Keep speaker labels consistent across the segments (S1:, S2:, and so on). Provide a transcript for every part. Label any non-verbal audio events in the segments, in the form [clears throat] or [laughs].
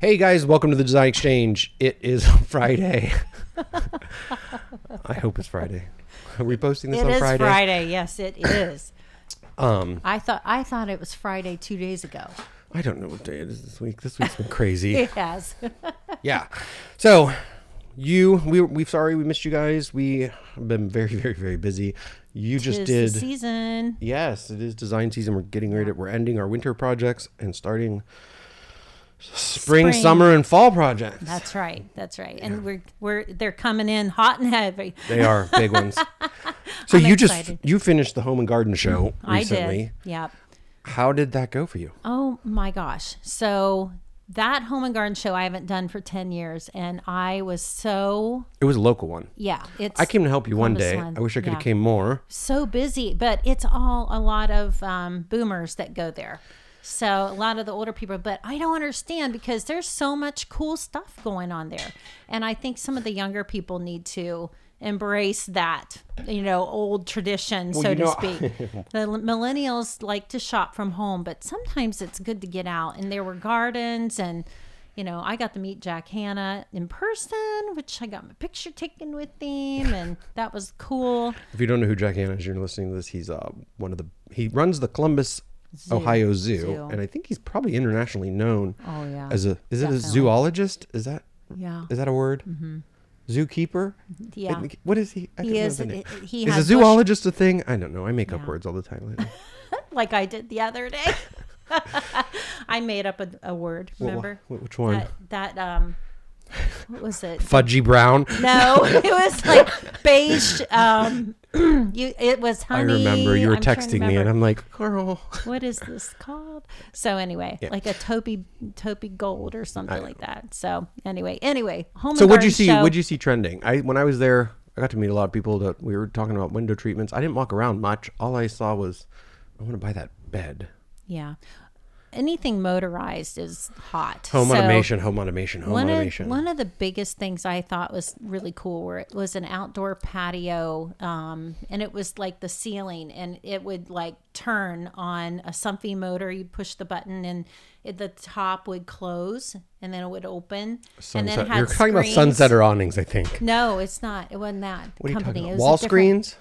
S1: Hey guys, welcome to the Design Exchange. It is [laughs] Friday. I hope it's Friday. Are we posting this
S2: It
S1: on
S2: is
S1: Friday?
S2: Friday. Yes, it is.
S1: Um,
S2: I thought I thought it was Friday two days ago. [laughs]
S1: I don't know what day it is this week. This week's been crazy.
S2: It has.
S1: yeah. So, you, we, we sorry we missed you guys. We have been very, very, very busy. You just
S2: Tis
S1: did.
S2: the season.
S1: Yes, it is design season. We're getting ready. We're ending our winter projects and starting spring,
S2: Spring.
S1: summer, and fall projects.
S2: That's right. That's right. And we're we're they're coming in hot and heavy.
S1: they are big ones.
S2: [laughs]
S1: So
S2: I'm
S1: you
S2: excited.
S1: just you finished the home and garden show recently.
S2: I did. Yep.
S1: How did that go for you?
S2: Oh my gosh. So that home and garden show I haven't done for 10 years and I was so
S1: It was a local one.
S2: yeah, it's
S1: I came to help you one
S2: Columbus
S1: day.
S2: one.
S1: I wish I could have
S2: Yeah.
S1: came more.
S2: so busy, but it's all a lot of um, boomers that go there. So a lot of the older people, but I don't understand because there's so much cool stuff going on there. And I think some of the younger people need to embrace that, you know, old tradition, so
S1: you
S2: to
S1: know- [laughs]
S2: speak. the l- millennials like to shop from home, but sometimes it's good to get out. And there were gardens and you know, I got to meet Jack Hanna in person, which I got my picture taken with him, and that was cool.
S1: If you don't know who Jack Hanna is, you're listening to this. He's uh, one of the he runs the Columbus, Ohio Zoo,
S2: Zoo.
S1: and I think he's probably internationally known.
S2: Oh, yeah.
S1: As a is it a
S2: Definitely.
S1: zoologist? Is that
S2: Yeah.
S1: Is that a word? Zookeeper?
S2: Yeah.
S1: It- What is he? I
S2: He
S1: don't know
S2: is-
S1: the name.
S2: he- he
S1: is a
S2: has bush-
S1: zoologist a thing? I don't know. I make up words all the
S2: [laughs]
S1: time. Lately.
S2: like I did the
S1: [laughs]
S2: other day. I made up a, a word. Remember
S1: Wh- wh- which one?
S2: that? That um, what was
S1: [laughs]
S2: it?
S1: Fudgy Brown.
S2: No, it was like beige. Um, [clears throat] you. It was
S1: I
S2: honey.
S1: remember you were
S2: I'm trying to
S1: texting me, and
S2: remember.
S1: I'm like, Carl.
S2: What is this called? So anyway, like a taupey, taupey gold or something like that. So anyway, anyway, home.
S1: So
S2: and
S1: what'd you
S2: Garden
S1: see?
S2: Show.
S1: What'd you see trending? I when I was there, I got to meet a lot of people that we were talking about window treatments. I didn't walk around much. All I saw was, I want to buy that bed.
S2: Yeah, anything motorized is hot.
S1: Home
S2: So-
S1: automation. Home automation. Home
S2: one
S1: automation.
S2: Of, one of the biggest things I thought was really cool were it was an outdoor patio, um, and it was like the ceiling, and it would like turn on a Sumphy motor. You push the button, and it, the top would close, and then it would open, and then it
S1: Sunset.
S2: had
S1: You're talking about
S2: screens.
S1: sunset or awnings, I think.
S2: No, it's not. It wasn't that
S1: What are you
S2: company.
S1: talking
S2: It
S1: about?
S2: was a
S1: Wall
S2: different-
S1: screens.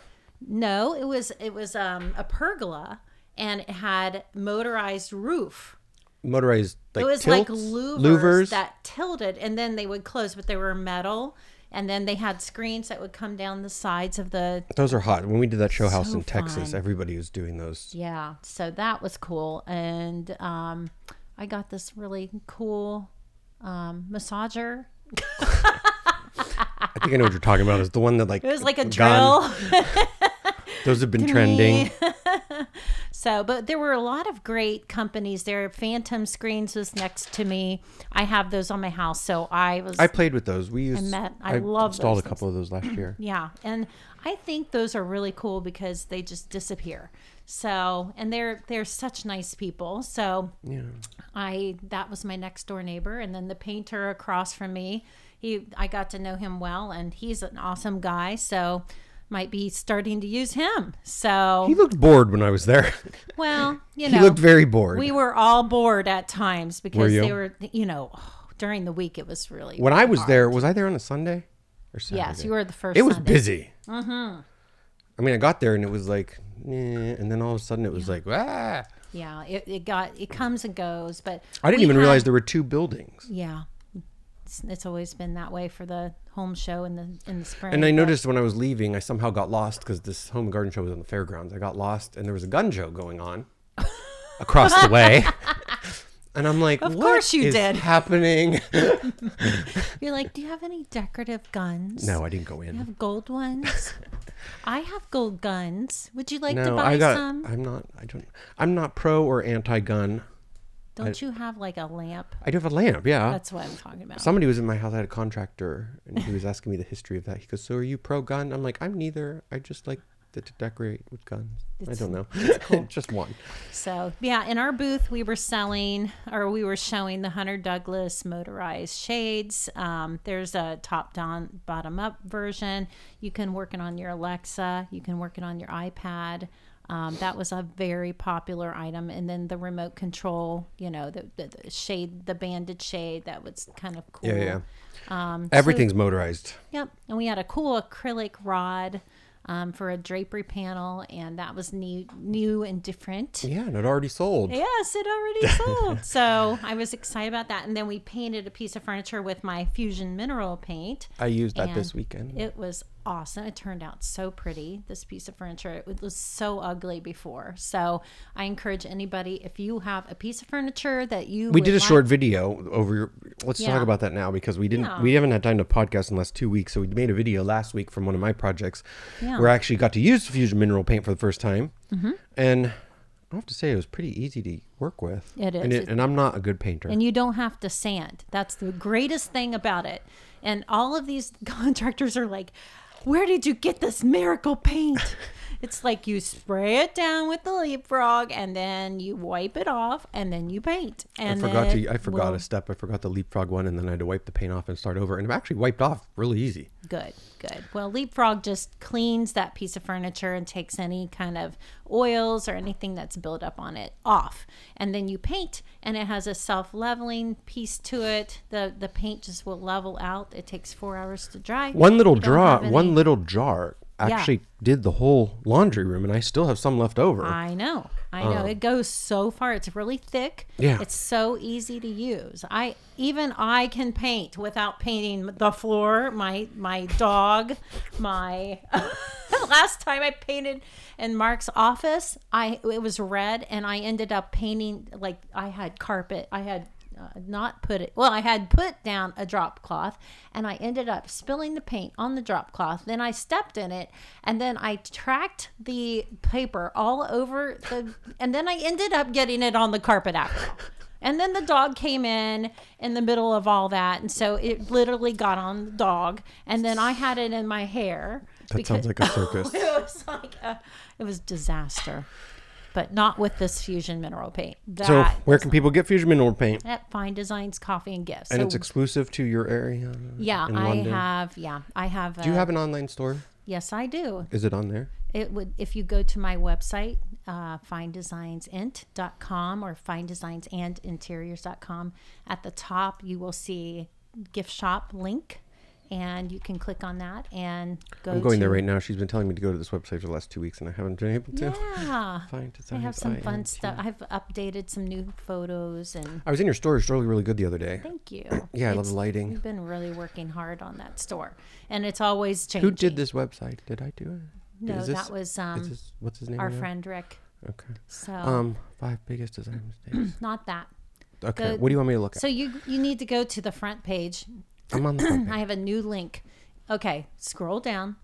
S2: No, it was it was um, a pergola, and it had motorized roof
S1: motorized like
S2: it was
S1: tilts,
S2: like louvers, that tilted and then they would close but they were metal and then they had screens that would come down the sides of the
S1: those are hot when we did that show house
S2: So
S1: in texas
S2: fun.
S1: everybody was doing those
S2: yeah so that was cool and um i got this really cool um massager
S1: i think i know what you're talking about it's the one that like
S2: it was like a
S1: gone-
S2: drill [laughs]
S1: those have been trending
S2: So, but there were a lot of great companies there. Phantom Screens was next to me. I have those on my house, so I was
S1: i played with those we used
S2: met- I love
S1: installed
S2: those
S1: a couple of those last
S2: [laughs]
S1: year
S2: Yeah, and I think those are really cool because they just disappear. So, and they're they're such nice people. So,
S1: yeah
S2: I that was my next door neighbor, and then the painter across from me. He I got to know him well, and he's an awesome guy. So, might be starting to use him. So,
S1: he looked bored when i was there [laughs]
S2: well, you
S1: he
S2: know,
S1: looked very bored
S2: we were all bored at times because
S1: you?
S2: they were, you know, during the week it was really
S1: when i was there was i there on a sunday or saturday
S2: yes, you were the first.
S1: it was
S2: Sunday.
S1: busy mm-hmm. i mean i got there and it was like eh, and then all of a sudden it was like ah.
S2: Yeah, it, it got it comes and goes, but
S1: i didn't
S2: we
S1: even
S2: had-
S1: realize there were two buildings
S2: Yeah, it's, it's always been that way for the home show in the in the spring.
S1: And I
S2: but-
S1: noticed when I was leaving, I somehow got lost because this home and garden show was on the fairgrounds. I got lost, and there was a gun show going
S2: [laughs]
S1: on across the way. And I'm like, of
S2: course you did." [laughs]
S1: happening?"
S2: you're like, do you have any decorative guns?
S1: No, I didn't go
S2: You
S1: in.
S2: have
S1: [laughs]
S2: gold ones. I have gold guns. Would you like to
S1: No,
S2: buy
S1: I got.
S2: some?
S1: I'm not. I don't. I'm not pro or anti-gun.
S2: Don't you have like a lamp?
S1: I do have a lamp. Yeah.
S2: That's what I'm talking about.
S1: Somebody was in my house. I had a contractor, and he was asking me the history of that. He goes, "So are you pro-gun?" I'm like, "I'm neither. I just like to, to decorate with guns. I don't
S2: [laughs]
S1: know. [laughs] just one."
S2: So yeah, in our booth we were selling or we were showing the Hunter Douglas motorized shades. Um, there's a top down, bottom up version. You can work it on your Alexa. You can work it on your iPad. Um, that was a very popular item, and then the remote control, you know, the, the, the shade, the banded shade, that was kind of cool.
S1: Yeah, yeah.
S2: Um, so-
S1: Everything's motorized.
S2: Yep. And we had a cool acrylic rod um, for a drapery panel, and that was new, new and different.
S1: Yeah, and it already sold.
S2: Yes,
S1: [laughs]
S2: it already sold. so I was excited about that. And then we painted a piece of furniture with my Fusion Mineral paint.
S1: I used that this
S2: And
S1: weekend.
S2: It was awesome. It turned out so pretty, this piece of furniture. It was so ugly before. So I encourage anybody, if you have a piece of furniture that you
S1: we
S2: would
S1: did a
S2: like-
S1: short video over your, let's
S2: Yeah.
S1: talk about that now because we didn't
S2: Yeah.
S1: we haven't had time to podcast in the last two weeks so we made a video last week from one of my projects
S2: Yeah. Mm-hmm.
S1: where i actually got to use fusion mineral paint for the first time and i have to say it was pretty easy to work with
S2: It
S1: and,
S2: is.
S1: and i'm not a good painter
S2: and you don't have to sand. That's the greatest thing about it. And all of these [laughs] contractors are like, "Where did you get this
S1: [laughs]
S2: miracle paint?" it's like you spray it down with the leapfrog, and then you wipe it off, and then you paint.
S1: i
S2: And
S1: forgot
S2: then
S1: to i forgot
S2: we'll-
S1: a step i forgot the leapfrog one and then i had to wipe the paint off and start over and it actually wiped off really easy
S2: Good, good. Well, leapfrog just cleans that piece of furniture and takes any kind of oils or anything that's built up on it off. And then you paint, and it has a self leveling piece to it. The the paint just will level out. It takes four hours to dry.
S1: one little
S2: You don't
S1: draw
S2: have any-
S1: one little jar actually did the whole laundry room and i still have some left over
S2: I know, I know. it goes so far. It's really thick.
S1: Oh. Yeah.
S2: It's so easy to use. I even I can paint without painting the floor, my my dog, my. [laughs] Last time I painted in Mark's office, I it was red, and I ended up painting like I had carpet. I had. Uh, not put it well i had put down a drop cloth and i ended up spilling the paint on the drop cloth then i stepped in it and then i tracked the paper all over the and then i ended up getting it on the carpet after all. And then the dog came in in the middle of all that, and so it literally got on the dog. And then I had it in my hair.
S1: that sounds like a circus
S2: [laughs] it was like a, it was disaster, but not with this fusion mineral paint. That
S1: So where can people get Fusion Mineral Paint?
S2: at Fine Designs Coffee and Gifts.
S1: And
S2: so,
S1: it's exclusive to your area. uh,
S2: yeah,
S1: in
S2: I
S1: London.
S2: have. Yeah, I have.
S1: Do you have an online store?
S2: Yes, I do.
S1: Is it on there?
S2: It would if you go to my website, uh, finddesignsinnt.com or finddesignsantinteriors.com. At the top, you will see gift shop link, and you can click on that and go.
S1: I'm going
S2: to,
S1: there right now. She's been telling me to go to this website for the last two weeks, and I haven't been able to
S2: Yeah,
S1: [laughs] find it.
S2: I have some fun stuff. I've updated some new photos, and
S1: I was in your store. It's really, really good the other day.
S2: thank you.
S1: [clears throat] Yeah, I love
S2: It's-
S1: the lighting.
S2: We've been really working hard on that store, and it's always changing.
S1: Who did this website? Did I do it?
S2: No,
S1: Is this,
S2: that was
S1: is
S2: um,
S1: this, what's his name?
S2: our
S1: again?
S2: friend Rick.
S1: Okay.
S2: So
S1: Um, five biggest design
S2: [clears throat]
S1: mistakes.
S2: not that.
S1: Okay.
S2: the-
S1: what do you want me to look at?
S2: So you you need to go to the front page.
S1: I'm
S2: [clears throat]
S1: on the front
S2: I
S1: page.
S2: have a new link. Okay, scroll down.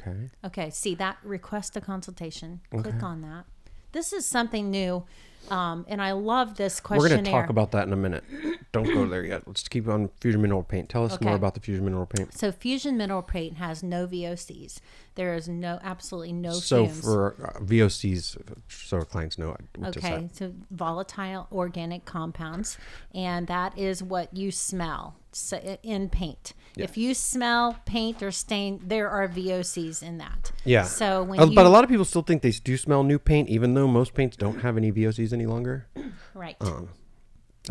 S1: Okay.
S2: Okay, see that request a consultation. Click
S1: Okay.
S2: on that. This is something new, um, and I love this
S1: We're
S2: questionnaire.
S1: going to talk about that in a minute. Don't go there yet. Let's keep on Fusion Mineral Paint. Tell us more
S2: Okay.
S1: about the Fusion Mineral Paint.
S2: so fusion mineral paint has no VOCs. There is no absolutely no
S1: So
S2: fumes.
S1: for uh, VOCs, so our clients know what just
S2: Okay,
S1: happened.
S2: so volatile organic compounds, and that is what you smell so- in paint. If you smell paint or stain, there are VOCs in that.
S1: Yeah.
S2: So when
S1: Uh,
S2: you
S1: but a lot of people still think they do smell new paint, even though most paints don't have any VOCs any longer.
S2: right,
S1: Oh,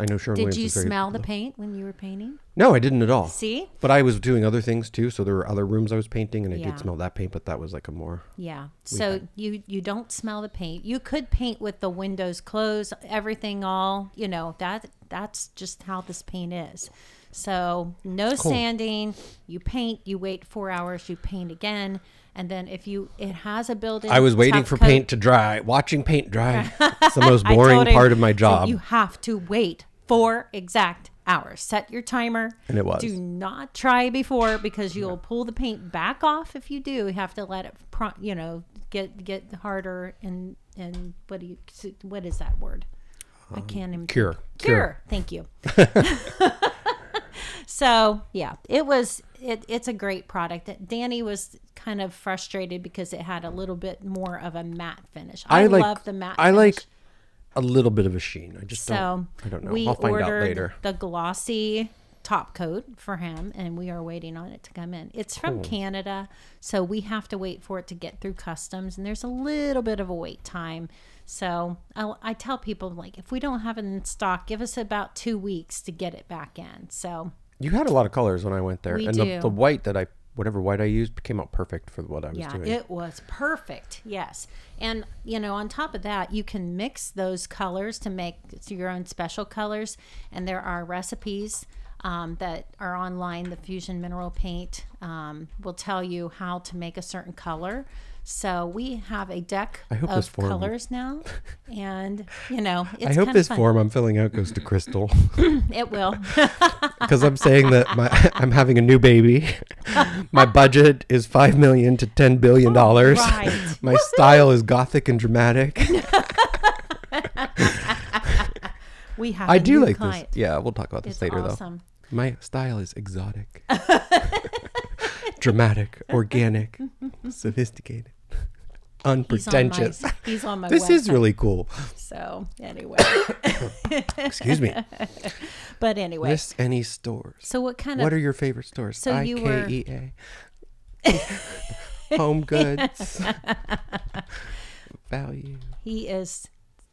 S1: I know Sharon
S2: did
S1: Williams
S2: you
S1: is very-
S2: smell the paint when you were painting?
S1: No, I didn't at all.
S2: See,
S1: But I was doing other things too, so there were other rooms I was painting, and I
S2: Yeah.
S1: did smell that paint, but that was like a more.
S2: yeah. So you you don't smell the paint. You could paint with the windows closed, everything all you know. That that's just how this paint is. So no
S1: cool.
S2: sanding. You paint. You wait four hours. You paint again, and then if you it has a built-in.
S1: I was waiting
S2: tough
S1: for
S2: coat.
S1: paint to dry, watching paint
S2: [laughs]
S1: dry. it's the most
S2: I
S1: boring
S2: told him,
S1: part of my
S2: said,
S1: job.
S2: You have to wait four exact hours. Set your timer.
S1: And it was.
S2: Do not try before because you'll pull the paint back off if you do. You have to let it, pro- you know, get get harder and and what do you what is that word? I can't even
S1: Um, Cure.
S2: cure. Thank
S1: [laughs]
S2: you. [laughs] so yeah, it was it, it's a great product. Danny was kind of frustrated because it had a little bit more of a matte finish. I,
S1: I like-
S2: love the matte.
S1: I
S2: finish.
S1: like a little bit of a sheen. I just
S2: So
S1: don't. I don't know.
S2: We
S1: I'll find
S2: ordered
S1: out later.
S2: the glossy top coat for him, and we are waiting on it to come in. It's from
S1: Hmm.
S2: Canada, so we have to wait for it to get through customs, and there's a little bit of a wait time. So I, I tell people like, if we don't have it in stock, give us about two weeks to get it back in. So
S1: You had a lot of colors when I went there,
S2: We
S1: and
S2: do.
S1: The, the white that I, whatever white I used, came out perfect for what I was
S2: yeah,
S1: doing.
S2: it was perfect. Yes, and you know, on top of that, you can mix those colors to make your own special colors, and there are recipes. Um, that are online. The Fusion Mineral Paint um, will tell you how to make a certain color. So we have a deck
S1: hope this
S2: of
S1: forum- [laughs]
S2: colors now, and you know, it's
S1: I hope
S2: kind
S1: this
S2: of fun.
S1: form I'm filling out goes to Crystal [laughs]
S2: it will.
S1: because I'm saying that my [laughs] I'm having a new baby. [laughs] my budget is five million to ten billion dollars.
S2: Oh, right.
S1: [laughs] my style is gothic and dramatic.
S2: We have.
S1: I
S2: a
S1: do
S2: new
S1: like
S2: client.
S1: this. Yeah, we'll talk about this
S2: It's
S1: later
S2: awesome.
S1: though. My style is
S2: [laughs]
S1: exotic, dramatic, organic, sophisticated,
S2: He's on my-
S1: unpretentious.
S2: He's on
S1: [laughs]
S2: my.
S1: This is
S2: website,
S1: really
S2: [laughs]
S1: cool.
S2: so anyway.
S1: Excuse me.
S2: But anyway,
S1: List any stores.
S2: so what kind
S1: What
S2: of
S1: are your favorite stores?
S2: So you were-
S1: IKEA.
S2: [laughs]
S1: Home goods. Value.
S2: he is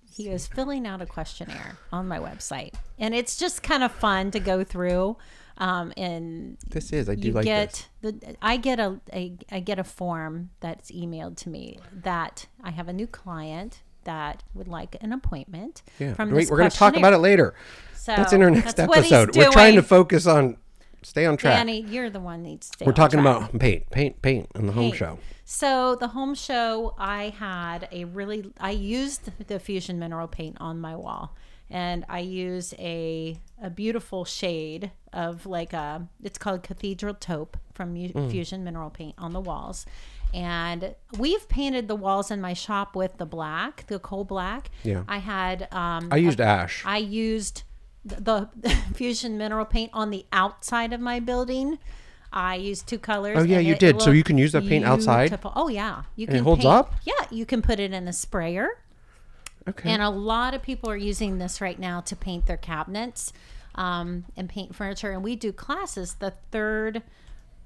S2: he is filling out a questionnaire on my website, and it's just kind of fun to go through. Um, and
S1: This is. I do
S2: you
S1: like this.
S2: get the I get a, a I get a form that's emailed to me that I have a new client that would like an appointment.
S1: Yeah.
S2: from
S1: Wait,
S2: this
S1: we're going to talk about it later.
S2: So
S1: That's in our next
S2: that's what he's
S1: episode. We're trying to
S2: doing.
S1: focus on stay on track.
S2: Danny, you're the one that needs to.
S1: We're talking about paint, paint, paint on the home show.
S2: So the home show, I had a really, I used the fusion mineral paint on my wall, and I used a a beautiful shade of like a, it's called cathedral taupe from Mu- fusion mineral paint on the walls, and we've painted the walls in my shop with the black, the coal black.
S1: Yeah.
S2: I had um,
S1: I used ash.
S2: I used th- the [laughs] fusion mineral paint on the outside of my building. I used two colors.
S1: Oh, yeah,
S2: and
S1: you
S2: it
S1: did. So
S2: looked
S1: you can use that paint outside?
S2: beautiful. Oh yeah, you
S1: it holds up?
S2: Yeah, you can put it in the sprayer.
S1: okay.
S2: And a lot of people are using this right now to paint their cabinets um, and paint furniture. And we do classes the third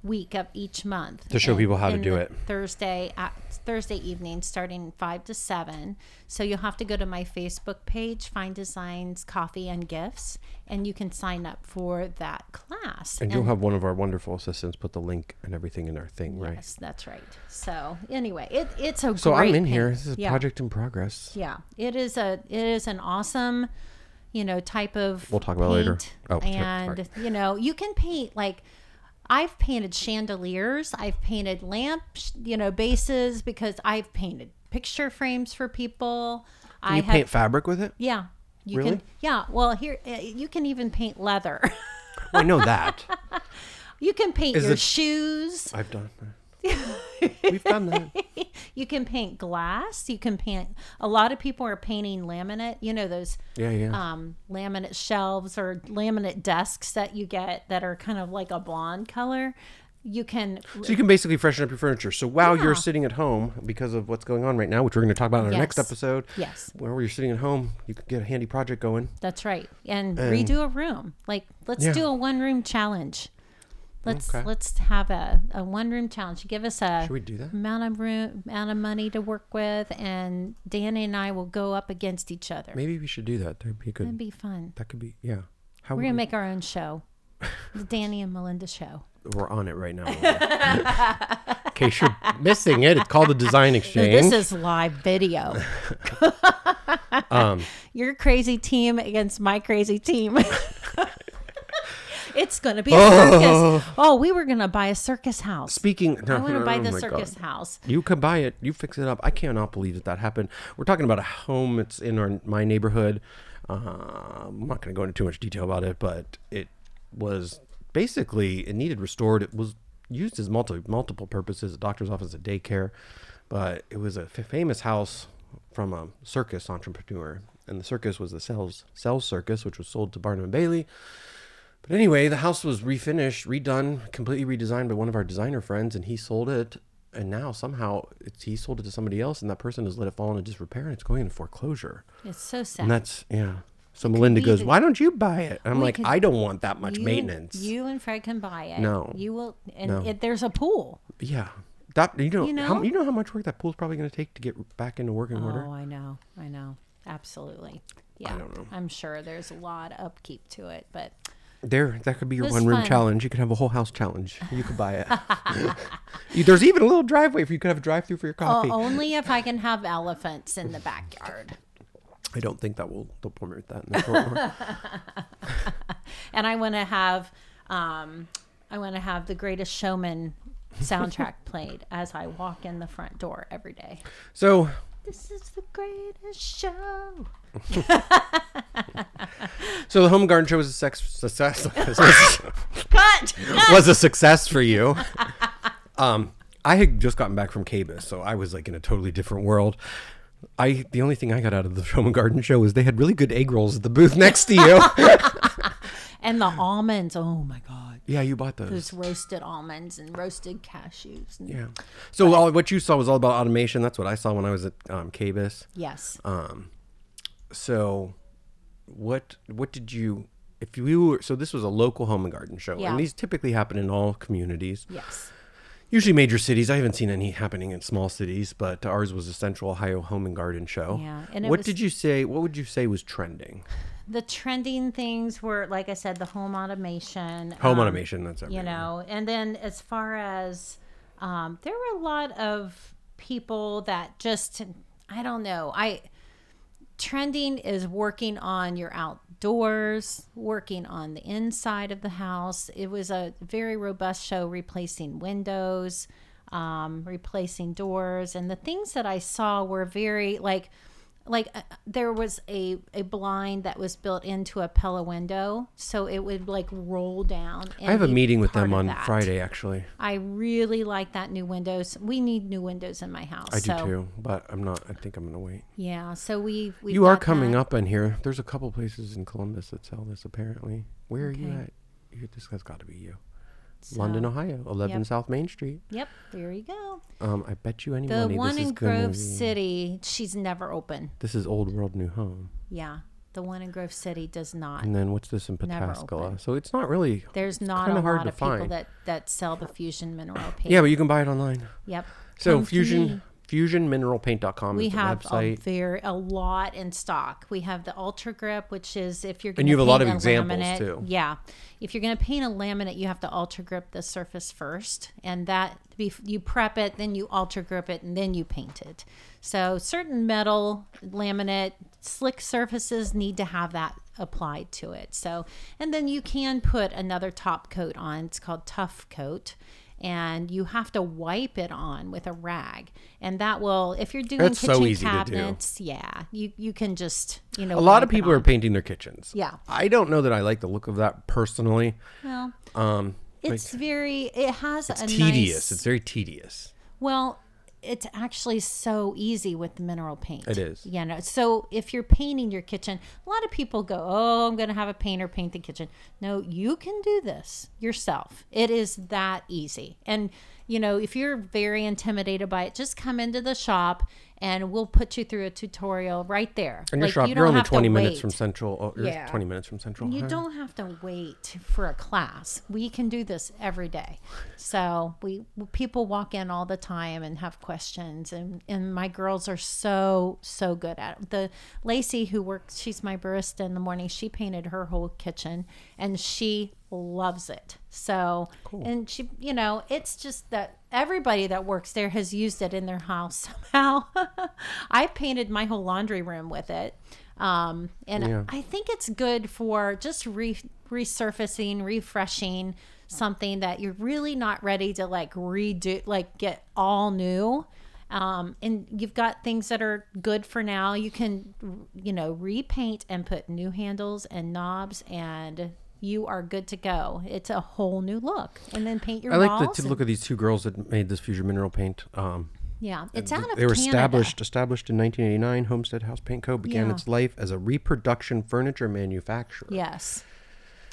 S2: week of each month
S1: To show
S2: And-
S1: people how to
S2: and
S1: do
S2: the
S1: it.
S2: Thursday at Thursday evening, starting five to seven. So you'll have to go to my Facebook page, Fine Designs Coffee and Gifts, and you can sign up for that class.
S1: and you'll have one of our wonderful assistants put the link and everything in our thing, right?
S2: yes, that's right. So anyway, it, it's a
S1: So
S2: great
S1: I'm in here.
S2: paint.
S1: This is a
S2: Yeah.
S1: project in progress.
S2: Yeah, it is a it is an awesome, you know, type of
S1: We'll talk about it later.
S2: paint.
S1: Oh, sorry,
S2: and
S1: sorry.
S2: you know, you can paint like I've painted chandeliers, I've painted lamp, sh- you know, bases because I've painted picture frames for people. I
S1: You
S2: have
S1: paint fabric with
S2: [laughs]
S1: it?
S2: yeah. You
S1: Really?
S2: can yeah, well here uh, you can even paint leather. [laughs]
S1: I know that.
S2: you can paint
S1: Is
S2: your
S1: it-
S2: shoes.
S1: I've done that.
S2: [laughs]
S1: We've done that.
S2: You can paint glass. You can paint a lot of people are painting laminate, you know those
S1: Yeah, yeah.
S2: um, laminate shelves or laminate desks that you get that are kind of like a blonde color. You can,
S1: so you can basically freshen up your furniture. So while
S2: Yeah.
S1: you're sitting at home, because of what's going on right now, which we're going to talk about in our next
S2: Yes.
S1: episode,
S2: yes,
S1: where you're sitting at home, you can get a handy project going.
S2: that's right, and redo a room. Like, let's
S1: Yeah.
S2: do a one room challenge. Let's
S1: Okay.
S2: let's have a, a one room challenge. Give us a
S1: Should we do that?
S2: amount of room, amount of money to work with, and Danny and I will go up against each other.
S1: Maybe we should do that. That'd be
S2: That'd
S1: good.
S2: be fun.
S1: That could be, yeah. How
S2: We're
S1: would
S2: gonna
S1: we-
S2: make our own show, the Danny and Melinda show.
S1: we're on it right
S2: [laughs]
S1: now. in case you're missing it, it's called the Design Exchange.
S2: This is
S1: [laughs]
S2: live video.
S1: Um,
S2: Your crazy team against my crazy team. [laughs] it's going to be a circus. Oh, we were going to buy a circus house.
S1: Speaking, no,
S2: I
S1: [laughs]
S2: want
S1: no,
S2: to buy
S1: oh
S2: the
S1: my
S2: circus
S1: God.
S2: house.
S1: You can buy it. You fix it up. I cannot believe that that happened. We're talking about a home. It's in our my neighborhood. Uh, I'm not going to go into too much detail about it, but it was basically it needed restored. It was used as multi multiple purposes: a doctor's office, a daycare. But it was a f- famous house from a circus entrepreneur, and the circus was the Sells Sells Circus, which was sold to Barnum and Bailey. But anyway, the house was refinished, redone, completely redesigned by one of our designer friends, and he sold it. And now somehow it's, he sold it to somebody else, and that person has let it fall into disrepair, and it's going into foreclosure.
S2: It's so
S1: And
S2: sad.
S1: that's yeah. So Melinda
S2: we
S1: goes,
S2: do-
S1: "Why don't you buy it?" And I'm
S2: we
S1: like,
S2: could-
S1: "I don't want that much
S2: You-
S1: maintenance."
S2: You and Fred can buy it.
S1: No.
S2: You will, and
S1: No.
S2: it, there's a pool.
S1: yeah, that you know,
S2: You
S1: How,
S2: know?
S1: you know how much work that pool's probably going to take to get back into working order.
S2: Oh, I know. I know. Absolutely. Yeah.
S1: don't know.
S2: I'm sure there's a lot of upkeep to it, but
S1: There, that could be your
S2: was
S1: one room
S2: fun.
S1: challenge. You could have a whole house challenge. You could buy it.
S2: [laughs]
S1: You- There's even a little driveway if you could have a drive through for your
S2: o-
S1: coffee.
S2: only if I can have elephants in the backyard.
S1: I don't think that will they'll permit that. In the [laughs] short run.
S2: And I want to have, um, I want to have the Greatest Showman
S1: [laughs]
S2: soundtrack played as I walk in the front door every day.
S1: so
S2: This is the greatest show.
S1: So the Home and Garden Show was a sex, success [laughs]
S2: Cut.
S1: was a success for you. Um, I had just gotten back from Cabus, so I was like in a totally different world. I the only thing I got out of the [laughs] Home and Garden Show was they had really good egg rolls at the booth next to you.
S2: And the almonds. Oh my God.
S1: yeah, you bought those.
S2: Those roasted almonds and roasted cashews. And
S1: Yeah. So all, what you saw was all about automation. That's what I saw when I was at um, Cabus.
S2: Yes.
S1: Uh. So what what did you if you were so this was a local Home and Garden Show,
S2: Yeah.
S1: and these typically happen in all communities.
S2: yes.
S1: usually major cities. I haven't seen any happening in small cities, but ours was a Central Ohio Home and Garden show.
S2: Yeah, and it
S1: what
S2: was-
S1: did you say? What would you say was trending?
S2: the trending things were like i said the home automation
S1: Home
S2: um,
S1: automation. That's everything.
S2: you know and then as far as um, there were a lot of people that just i don't know i trending is working on your outdoors working on the inside of the house it was a very robust show replacing windows um, replacing doors and the things that i saw were very like like uh, there was a, a blind that was built into a pella window so it would like roll down
S1: I have a meeting with them on
S2: Friday.
S1: Friday, actually.
S2: I really like that new windows. We need new windows in my house.
S1: I do
S2: so,
S1: too, but I'm not. I think I'm gonna wait.
S2: Yeah. So we we
S1: You are coming up on here. There's a couple places in Columbus that sell this. Apparently, where are you
S2: Okay.
S1: at? You, this has got to be you. London, Ohio, 11
S2: Yep.
S1: South Main Street.
S2: Yep. There you go.
S1: Um, I bet you any
S2: The
S1: money
S2: one
S1: this is
S2: in
S1: gonna
S2: Grove
S1: be-
S2: City, she's never open.
S1: This is Old World New Home,
S2: Yeah. The one in Grove City does not.
S1: and then what's this in
S2: Never
S1: Pataskala?
S2: open.
S1: So Mm. it's not really.
S2: There's not a
S1: kinda
S2: lot
S1: hard to
S2: of people
S1: find.
S2: that that sell the fusion mineral paint.
S1: Yeah, but you can buy it online.
S2: Yep.
S1: So
S2: Come to me.
S1: fusion fusionmineralpaint.com
S2: We
S1: is the
S2: have a
S1: website.
S2: very a lot in stock. We have the Ultra Grip, which is if you're going
S1: you have a lot of examples,
S2: laminate,
S1: too.
S2: Yeah, if you're going to paint a laminate, you have to Ultra Grip the surface first, and that bef- you prep it, then you Ultra Grip it, and then you paint it. So certain metal laminate slick surfaces need to have that applied to it. So and then you can put another top coat on. It's called Tough Coat. And you have to wipe it on with a rag, and that will, if you're doing
S1: That's
S2: kitchen
S1: so easy to do.
S2: cabinets, yeah you you can just you know
S1: A lot of
S2: wipe it
S1: people are
S2: off.
S1: painting their kitchens.
S2: Yeah.
S1: I don't know that I like the look of that personally.
S2: well,
S1: Um,
S2: it's very it has a
S1: tedious.
S2: nice,
S1: It's very tedious.
S2: well it's actually so easy with the mineral paint
S1: It is.
S2: you know so if you're painting your kitchen a lot of people go oh i'm gonna have a painter paint the kitchen no you can do this yourself it is that easy and you know if you're very intimidated by it just come into the shop and we'll put you through a tutorial right there
S1: In your
S2: Like,
S1: shop,
S2: you
S1: you are
S2: don't
S1: only
S2: have to
S1: 20 minutes
S2: wait.
S1: from Central. Oh, you're
S2: Yeah.
S1: 20 minutes from Central.
S2: You
S1: Ohio.
S2: don't have to wait for a class. We can do this every day. So we people walk in all the time and have questions, and and my girls are so so good at it. The Lacey who works, she's my barista in the morning. She painted her whole kitchen, and she loves it. So and she, you know, it's just that everybody that works there has used it in their house [laughs] somehow. I painted my whole laundry room with it. Um, and
S1: Yeah.
S2: I think it's good for just re- resurfacing, refreshing something that you're really not ready to like redo, like get all new. Um, and you've got things that are good for now. You can, you know, repaint and put new handles and knobs, and you are good to go. It's a whole new look. And then paint your
S1: I like
S2: walls.
S1: the t-
S2: and-
S1: look of these two girls that made this Fusion Mineral Paint. Um,
S2: yeah, it's out of
S1: they were
S2: Canada.
S1: established established in 1989. Homestead House Paint Co. began
S2: Yeah.
S1: its life as a reproduction furniture manufacturer.
S2: Yes.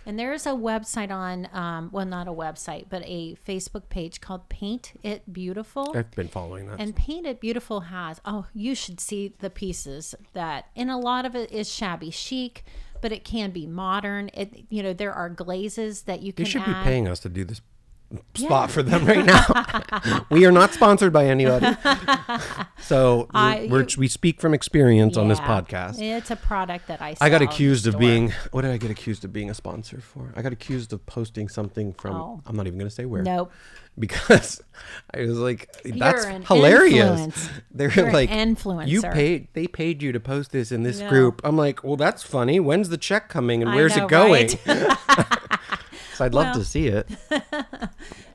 S2: And there is a website on, um, well, not a website, but a Facebook page called Paint It Beautiful.
S1: I've been following that.
S2: And Paint It Beautiful has, oh, you should see the pieces that, and a lot of it is shabby chic, but it can be modern. It you know there are glazes that you can.
S1: They should
S2: add.
S1: be paying us to do this spot for them
S2: [laughs]
S1: right now. [laughs] we are not sponsored by anybody. so we're,
S2: I-
S1: we're, we speak from experience on this
S2: Yeah.
S1: podcast.
S2: It's a product that I.
S1: I got
S2: sell in
S1: accused
S2: the
S1: of
S2: store.
S1: being what did I get accused of being a sponsor for? I got accused of posting something from
S2: Oh.
S1: I'm not even going to say where.
S2: Nope.
S1: [laughs] Because I was like that's
S2: an
S1: hilarious.
S2: influence.
S1: [laughs] They're
S2: You're an
S1: like You
S2: influencer."
S1: paid they paid you to post this in this
S2: know.
S1: group. I'm like, "Well, that's funny. When's the check coming and
S2: I
S1: where's
S2: know,
S1: it going?"
S2: right?
S1: [laughs] so I'd love to see it.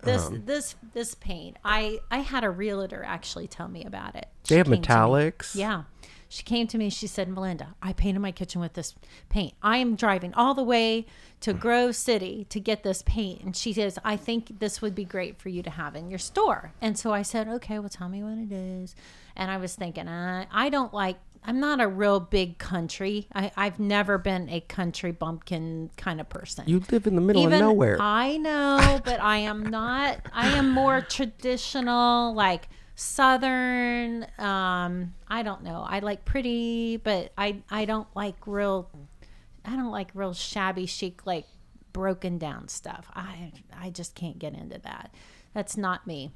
S2: this
S1: Um,
S2: this this paint. I I had a realtor actually tell me about it. She
S1: They have
S2: came to me.
S1: metallics.
S2: Yeah. She came to me. She said, Melinda, I painted my kitchen with this paint. I am driving all the way
S1: Hmm.
S2: to Grove City to get this paint. And she says, I think this would be great for you to have in your store. And so I said, okay, well, tell me what it is. And I was thinking, uh, I don't like, I'm not a real big country. I, I've never been a country bumpkin kind of person.
S1: You live in the middle of nowhere.
S2: I know, but I am not. I am more
S1: [sighs]
S2: traditional, like southern. Um, I don't know. I like pretty, but I I don't like real. I don't like real shabby chic, like broken down stuff. I I just can't get into that. That's not me.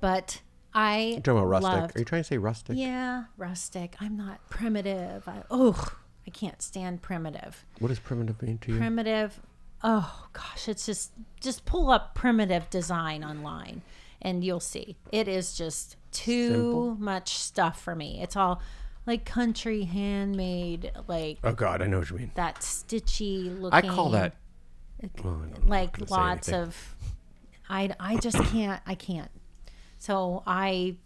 S2: But I
S1: Hmm. You're talking about rustic.
S2: loved-
S1: Are you trying to say rustic?
S2: yeah, rustic. I'm not primitive. I, oh, I can't stand primitive
S1: What does primitive mean to you?
S2: primitive oh gosh it's just just pull up primitive design online and you'll see it is just too
S1: Simple.
S2: much stuff for me it's all like country handmade like
S1: oh god, I know what you mean.
S2: that stitchy looking
S1: I call that well, I don't know.
S2: like
S1: gonna say
S2: lots
S1: anything.
S2: of I, I just can't i can't so i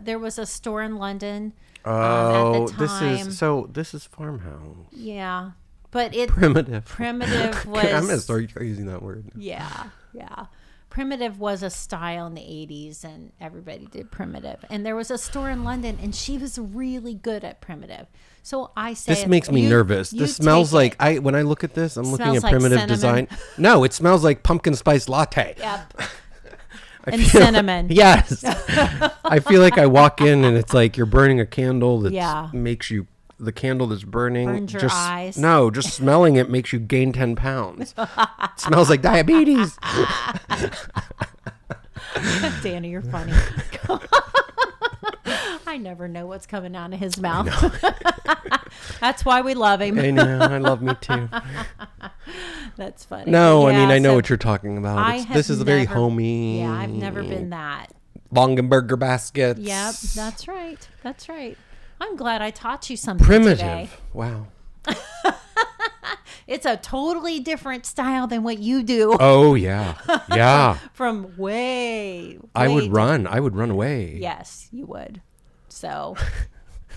S2: there was a store in london um,
S1: Oh,
S2: at the time
S1: this is so. This is farmhouse [laughs]
S2: yeah but it
S1: primitive. [laughs]
S2: primitive was
S1: I'm gonna start using that word.
S2: Yeah, yeah. Primitive was a style in the 80s, and everybody did primitive. And there was a store in London, and she was really good at primitive. So I say,
S1: This makes me
S2: you-
S1: nervous.
S2: you
S1: This smells
S2: take
S1: like
S2: it.
S1: I when I look at this, I'm looking
S2: Smells
S1: at
S2: like
S1: primitive
S2: cinnamon.
S1: design. No, it smells like pumpkin spice latte. [laughs]
S2: Yep.
S1: I
S2: and
S1: feel-
S2: cinnamon.
S1: [laughs] yes. I feel like I walk in and it's like you're burning a candle that
S2: Yeah.
S1: makes you the candle that's burning.
S2: Burns your
S1: just,
S2: eyes.
S1: No, just smelling it makes you gain ten pounds. It smells like
S2: [laughs]
S1: diabetes.
S2: [laughs] Danny,
S1: [laughs]
S2: you're funny. [laughs] I never know what's coming out of his mouth. [laughs] That's why we love him.
S1: I know. uh, I love me
S2: [laughs]
S1: too.
S2: That's funny.
S1: No, I
S2: Yeah,
S1: mean I know
S2: so
S1: what you're talking about.
S2: I
S1: It's-
S2: have
S1: this is a very
S2: never-
S1: homey.
S2: Yeah, I've never been that.
S1: Longenberger baskets.
S2: Yep, that's right. That's right. I'm glad I taught you something
S1: primitive.
S2: today.
S1: Wow.
S2: It's a totally different style than what you do [laughs]
S1: Oh yeah, yeah.
S2: from way.
S1: I
S2: way
S1: would
S2: di-
S1: run. I would run away.
S2: Yes, you would. So,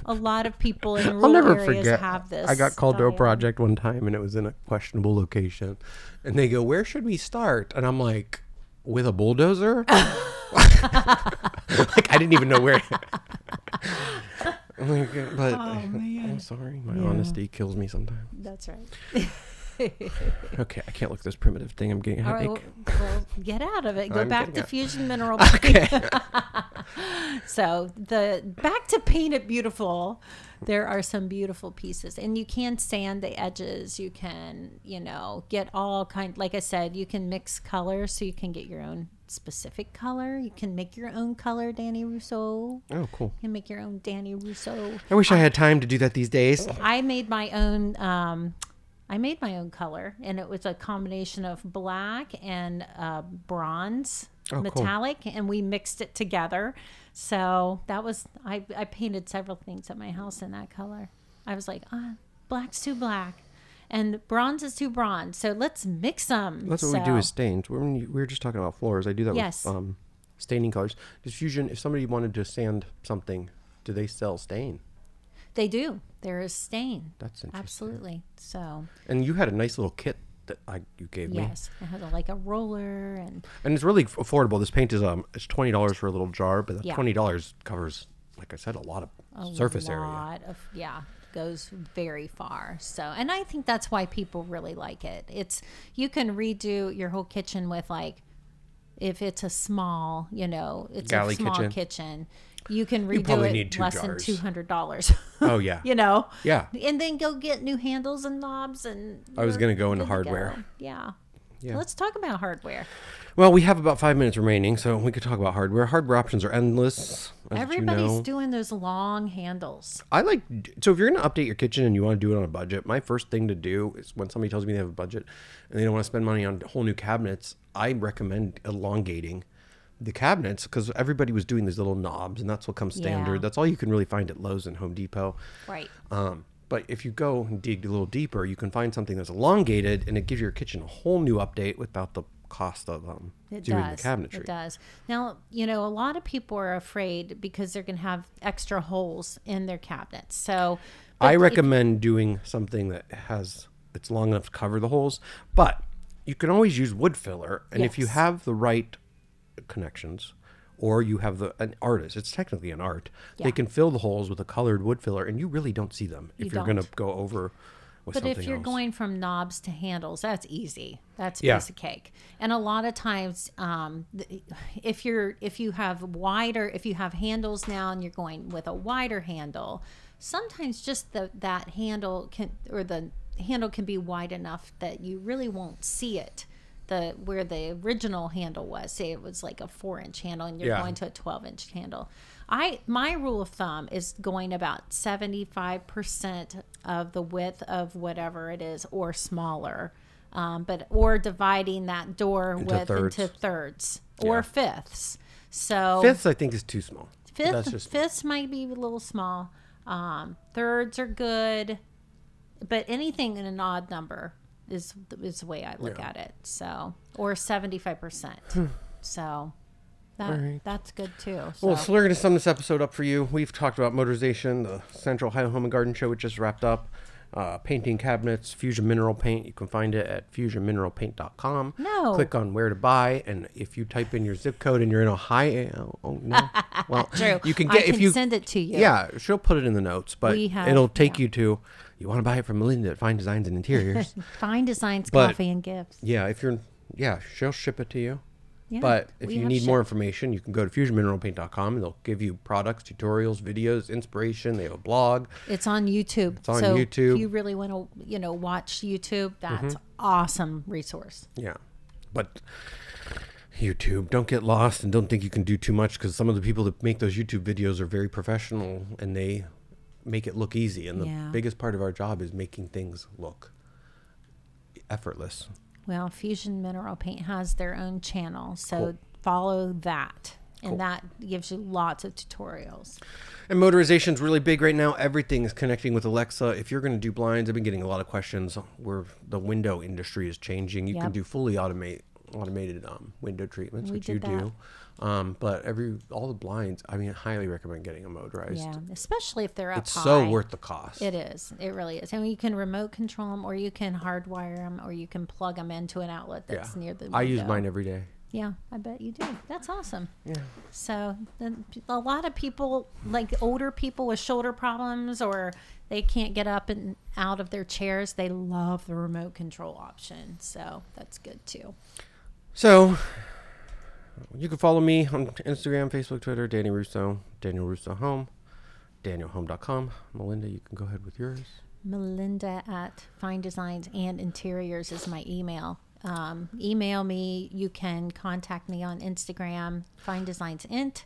S2: a lot of people in
S1: [laughs]
S2: rural
S1: I'll never
S2: areas
S1: forget.
S2: have this.
S1: I got called to a
S2: style.
S1: project one time, and it was in a questionable location, and they go, "Where should we start?" And I'm like, "With a bulldozer."
S2: [laughs]
S1: like I didn't even know where. [laughs] I'm like, but
S2: Oh,
S1: I'm sorry, my honesty kills me sometimes.
S2: That's right.
S1: Okay, I can't look at this primitive thing. I'm getting a
S2: All right,
S1: headache.
S2: well, well, get out of it. Go
S1: I'm
S2: back
S1: getting
S2: to
S1: out. [laughs]
S2: fusion mineral.
S1: Okay.
S2: [laughs] So the back to paint it beautiful. There are some beautiful pieces, and you can sand the edges. You can, you know, get all kind. Like I said, you can mix colors, so you can get your own specific color. You can make your own color, Danny Russo. You
S1: oh, cool.
S2: can make your own Danny Russo.
S1: I wish I had time to do that these days.
S2: I made my own. Um, I made my own color, and it was a combination of black and uh, bronze,
S1: Oh, cool.
S2: metallic, and we mixed it together. So that was I. I painted several things at my house in that color. I was like, ah, black's too black, and bronze is too bronze. So let's mix them.
S1: That's what we do is stains. When you- we were just talking about floors, I do that
S2: Yes.
S1: with um, staining colors. Does Fusion, if somebody wanted to sand something, do they sell stain?
S2: they do. There is stain.
S1: That's interesting.
S2: Absolutely. So
S1: And you had a nice little kit that I, you gave me,
S2: yes, it has a, like a roller and
S1: and it's really affordable. This paint is um, it's twenty dollars for a little jar, but that
S2: Yeah.
S1: twenty dollars covers, like I said, a lot of surface area.
S2: lot of yeah goes very far so and i think that's why people really like it it's you can redo your whole kitchen with like if it's a small, you know, it's
S1: Galley
S2: a small
S1: kitchen.
S2: kitchen. You can redo
S1: probably
S2: it
S1: need two
S2: less
S1: jars.
S2: than two hundred dollars. [laughs]
S1: Oh, yeah.
S2: you know.
S1: Yeah.
S2: And then go get new handles and knobs and.
S1: I was
S2: you're
S1: gonna go into
S2: good
S1: hardware.
S2: Yeah.
S1: Yeah.
S2: Let's talk about hardware.
S1: Well, we have about five minutes remaining, so we could talk about hardware. Hardware options are endless. as you
S2: Everybody's
S1: know.
S2: doing those long handles.
S1: I like so if you're gonna update your kitchen and you want to do it on a budget, my first thing to do is when somebody tells me they have a budget and they don't want to spend money on whole new cabinets, I recommend elongating the cabinets because everybody was doing these little knobs and that's what comes standard.
S2: Yeah.
S1: That's all you can really find at Lowe's and Home Depot.
S2: Right.
S1: Um, but if you go and dig a little deeper, you can find something that's elongated and it gives your kitchen a whole new update without the cost of um,
S2: It
S1: doing
S2: does.
S1: the cabinetry.
S2: It does. Now, you know, a lot of people are afraid because they're going to have extra holes in their cabinets. So, but
S1: I
S2: if-
S1: recommend doing something that has it's long enough to cover the holes, but you can always use wood filler, and if you
S2: Yes.
S1: have the right connections, or you have the an artist, it's technically an art. They
S2: Yeah.
S1: can fill the holes with a colored wood filler, and you really don't see them if
S2: You
S1: you are going to
S2: don't.
S1: go over with
S2: But
S1: something
S2: if you're
S1: else.
S2: going from knobs to handles, that's easy. That's a
S1: Yeah.
S2: piece of cake. And a lot of times, um, th- if you're if you have wider, if you have handles now, and you're going with a wider handle, sometimes just the that handle can or the handle can be wide enough that you really won't see it. The where the original handle was, say it was like a four inch handle, and you're
S1: Yeah.
S2: going to a twelve inch handle. I my rule of thumb is going about seventy five percent of the width of whatever it is or smaller, um, but or dividing that door width
S1: thirds.
S2: into thirds or
S1: Yeah.
S2: fifths. So
S1: Fifths, I think, is too small. But
S2: fifth,
S1: that's just
S2: fifths might be a little small. Um, thirds are good, but anything in an odd number is is the way I look
S1: Yeah. Hmm.
S2: at it. So or seventy five percent. So that that's good too. So.
S1: Well, so we're going to sum this episode up for you. We've talked about motorization, the Central Ohio Home and Garden Show, which just wrapped up, uh, painting cabinets, Fusion Mineral Paint. You can find it at fusionmineralpaint.com.
S2: No.
S1: Click on where to buy, and if you type in your zip code and you're in Ohio, oh
S2: [laughs]
S1: no, well,
S2: True.
S1: you can
S2: I
S1: get if you
S2: send it to you.
S1: Yeah, she'll put it in the notes, but
S2: We have-
S1: it'll take
S2: yeah.
S1: you to. You want to buy it from Melinda at Fine Designs and
S2: [laughs]
S1: Interiors.
S2: Fine designs,
S1: But-
S2: coffee, and gifts.
S1: Yeah, if you're, yeah, she'll ship it to you.
S2: Yeah,
S1: but if
S2: we
S1: you
S2: have
S1: need more information, you can go to fusionmineralpaint.com and they'll give you products, tutorials, videos, inspiration. They have a blog.
S2: It's on YouTube. It's
S1: on
S2: so
S1: YouTube. Mm-hmm.
S2: If you really want to, you know, watch YouTube, that's awesome resource.
S1: Yeah. But YouTube, don't get lost and don't think you can do too much because some of the people that make those YouTube videos are very professional and they make it look easy. And the
S2: Yeah.
S1: biggest part of our job is making things look effortless.
S2: Well, Fusion Mineral Paint has their own channel, so follow that, and that gives you lots of tutorials.
S1: And motorization's really big right now. Everything is connecting with Alexa. If you're going to do blinds, I've been getting a lot of questions where the window industry is changing. You can
S2: Yep.
S1: do fully automate automated um, window treatments,
S2: We
S1: which you
S2: did that.
S1: do. Um, but every all the blinds, I mean, I highly recommend getting them motorized.
S2: Yeah, especially if they're up
S1: It's
S2: high.
S1: so worth the cost.
S2: It is. It really is. And you can remote control them, or you can hardwire them, or you can plug them into an outlet
S1: yeah.
S2: that's near the.
S1: I use
S2: window.
S1: mine every day.
S2: Yeah, I bet you do. That's awesome. Yeah. So then p- a lot of people, like older people with shoulder problems or they can't get up and out of their chairs, they love the remote control option. So that's good too.
S1: So you can follow me on Instagram, Facebook, Twitter, Danny Russo, Daniel Russo Home, DanielHome.com. Melinda, you can go ahead with yours.
S2: Melinda at Fine Designs and Interiors is my email. Um, email me. You can contact me on Instagram, Fine Designs Int,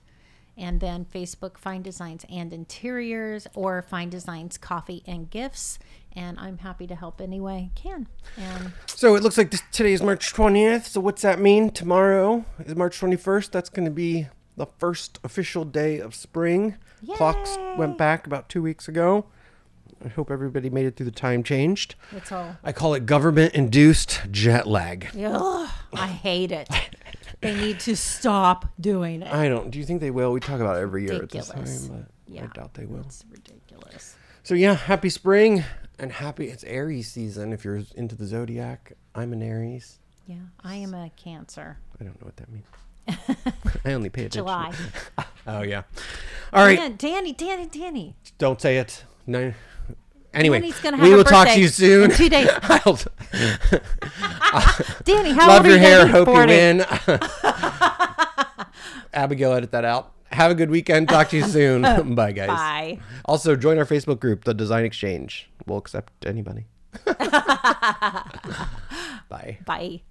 S2: and then Facebook, Fine Designs and Interiors, or Fine Designs Coffee and Gifts. And I'm happy to help any way I can. And
S1: So it looks like this, today is March 20th. So what's that mean? Tomorrow is March 21st. That's going to be the first official day of spring. Clocks went back about two weeks ago. I hope everybody made it through the time changed.
S2: it's all.
S1: I call it government induced jet lag.
S2: Ugh, I hate it. They need to stop doing it.
S1: I don't. Do you think they will? We talk about it every year at this
S2: Ridiculous.
S1: time, but I
S2: Yeah.
S1: doubt they will.
S2: It's ridiculous.
S1: So yeah, happy spring and happy it's Aries season. If you're into the zodiac, I'm an Aries.
S2: Yeah, I am a cancer.
S1: I don't know what
S2: [laughs]
S1: that means. I only pay attention.
S2: July.
S1: Oh yeah. All right.
S2: Dan, Danny, Danny, Danny.
S1: Don't say it. No. Anyway,
S2: Danny's gonna
S1: we
S2: have a
S1: will talk to
S2: birthday
S1: you soon. [laughs]
S2: in two days.
S1: I'll
S2: Danny, how
S1: love
S2: old are
S1: your
S2: you
S1: hair.
S2: gonna be
S1: Hope you
S2: 40? [laughs]
S1: win. [laughs] Abigail, edit that out. Have a good weekend. Talk to you
S2: [laughs]
S1: soon. Bye, guys.
S2: Bye.
S1: Also, join our Facebook group, The Design [laughs] Exchange. We'll accept anybody. Bye.
S2: Bye.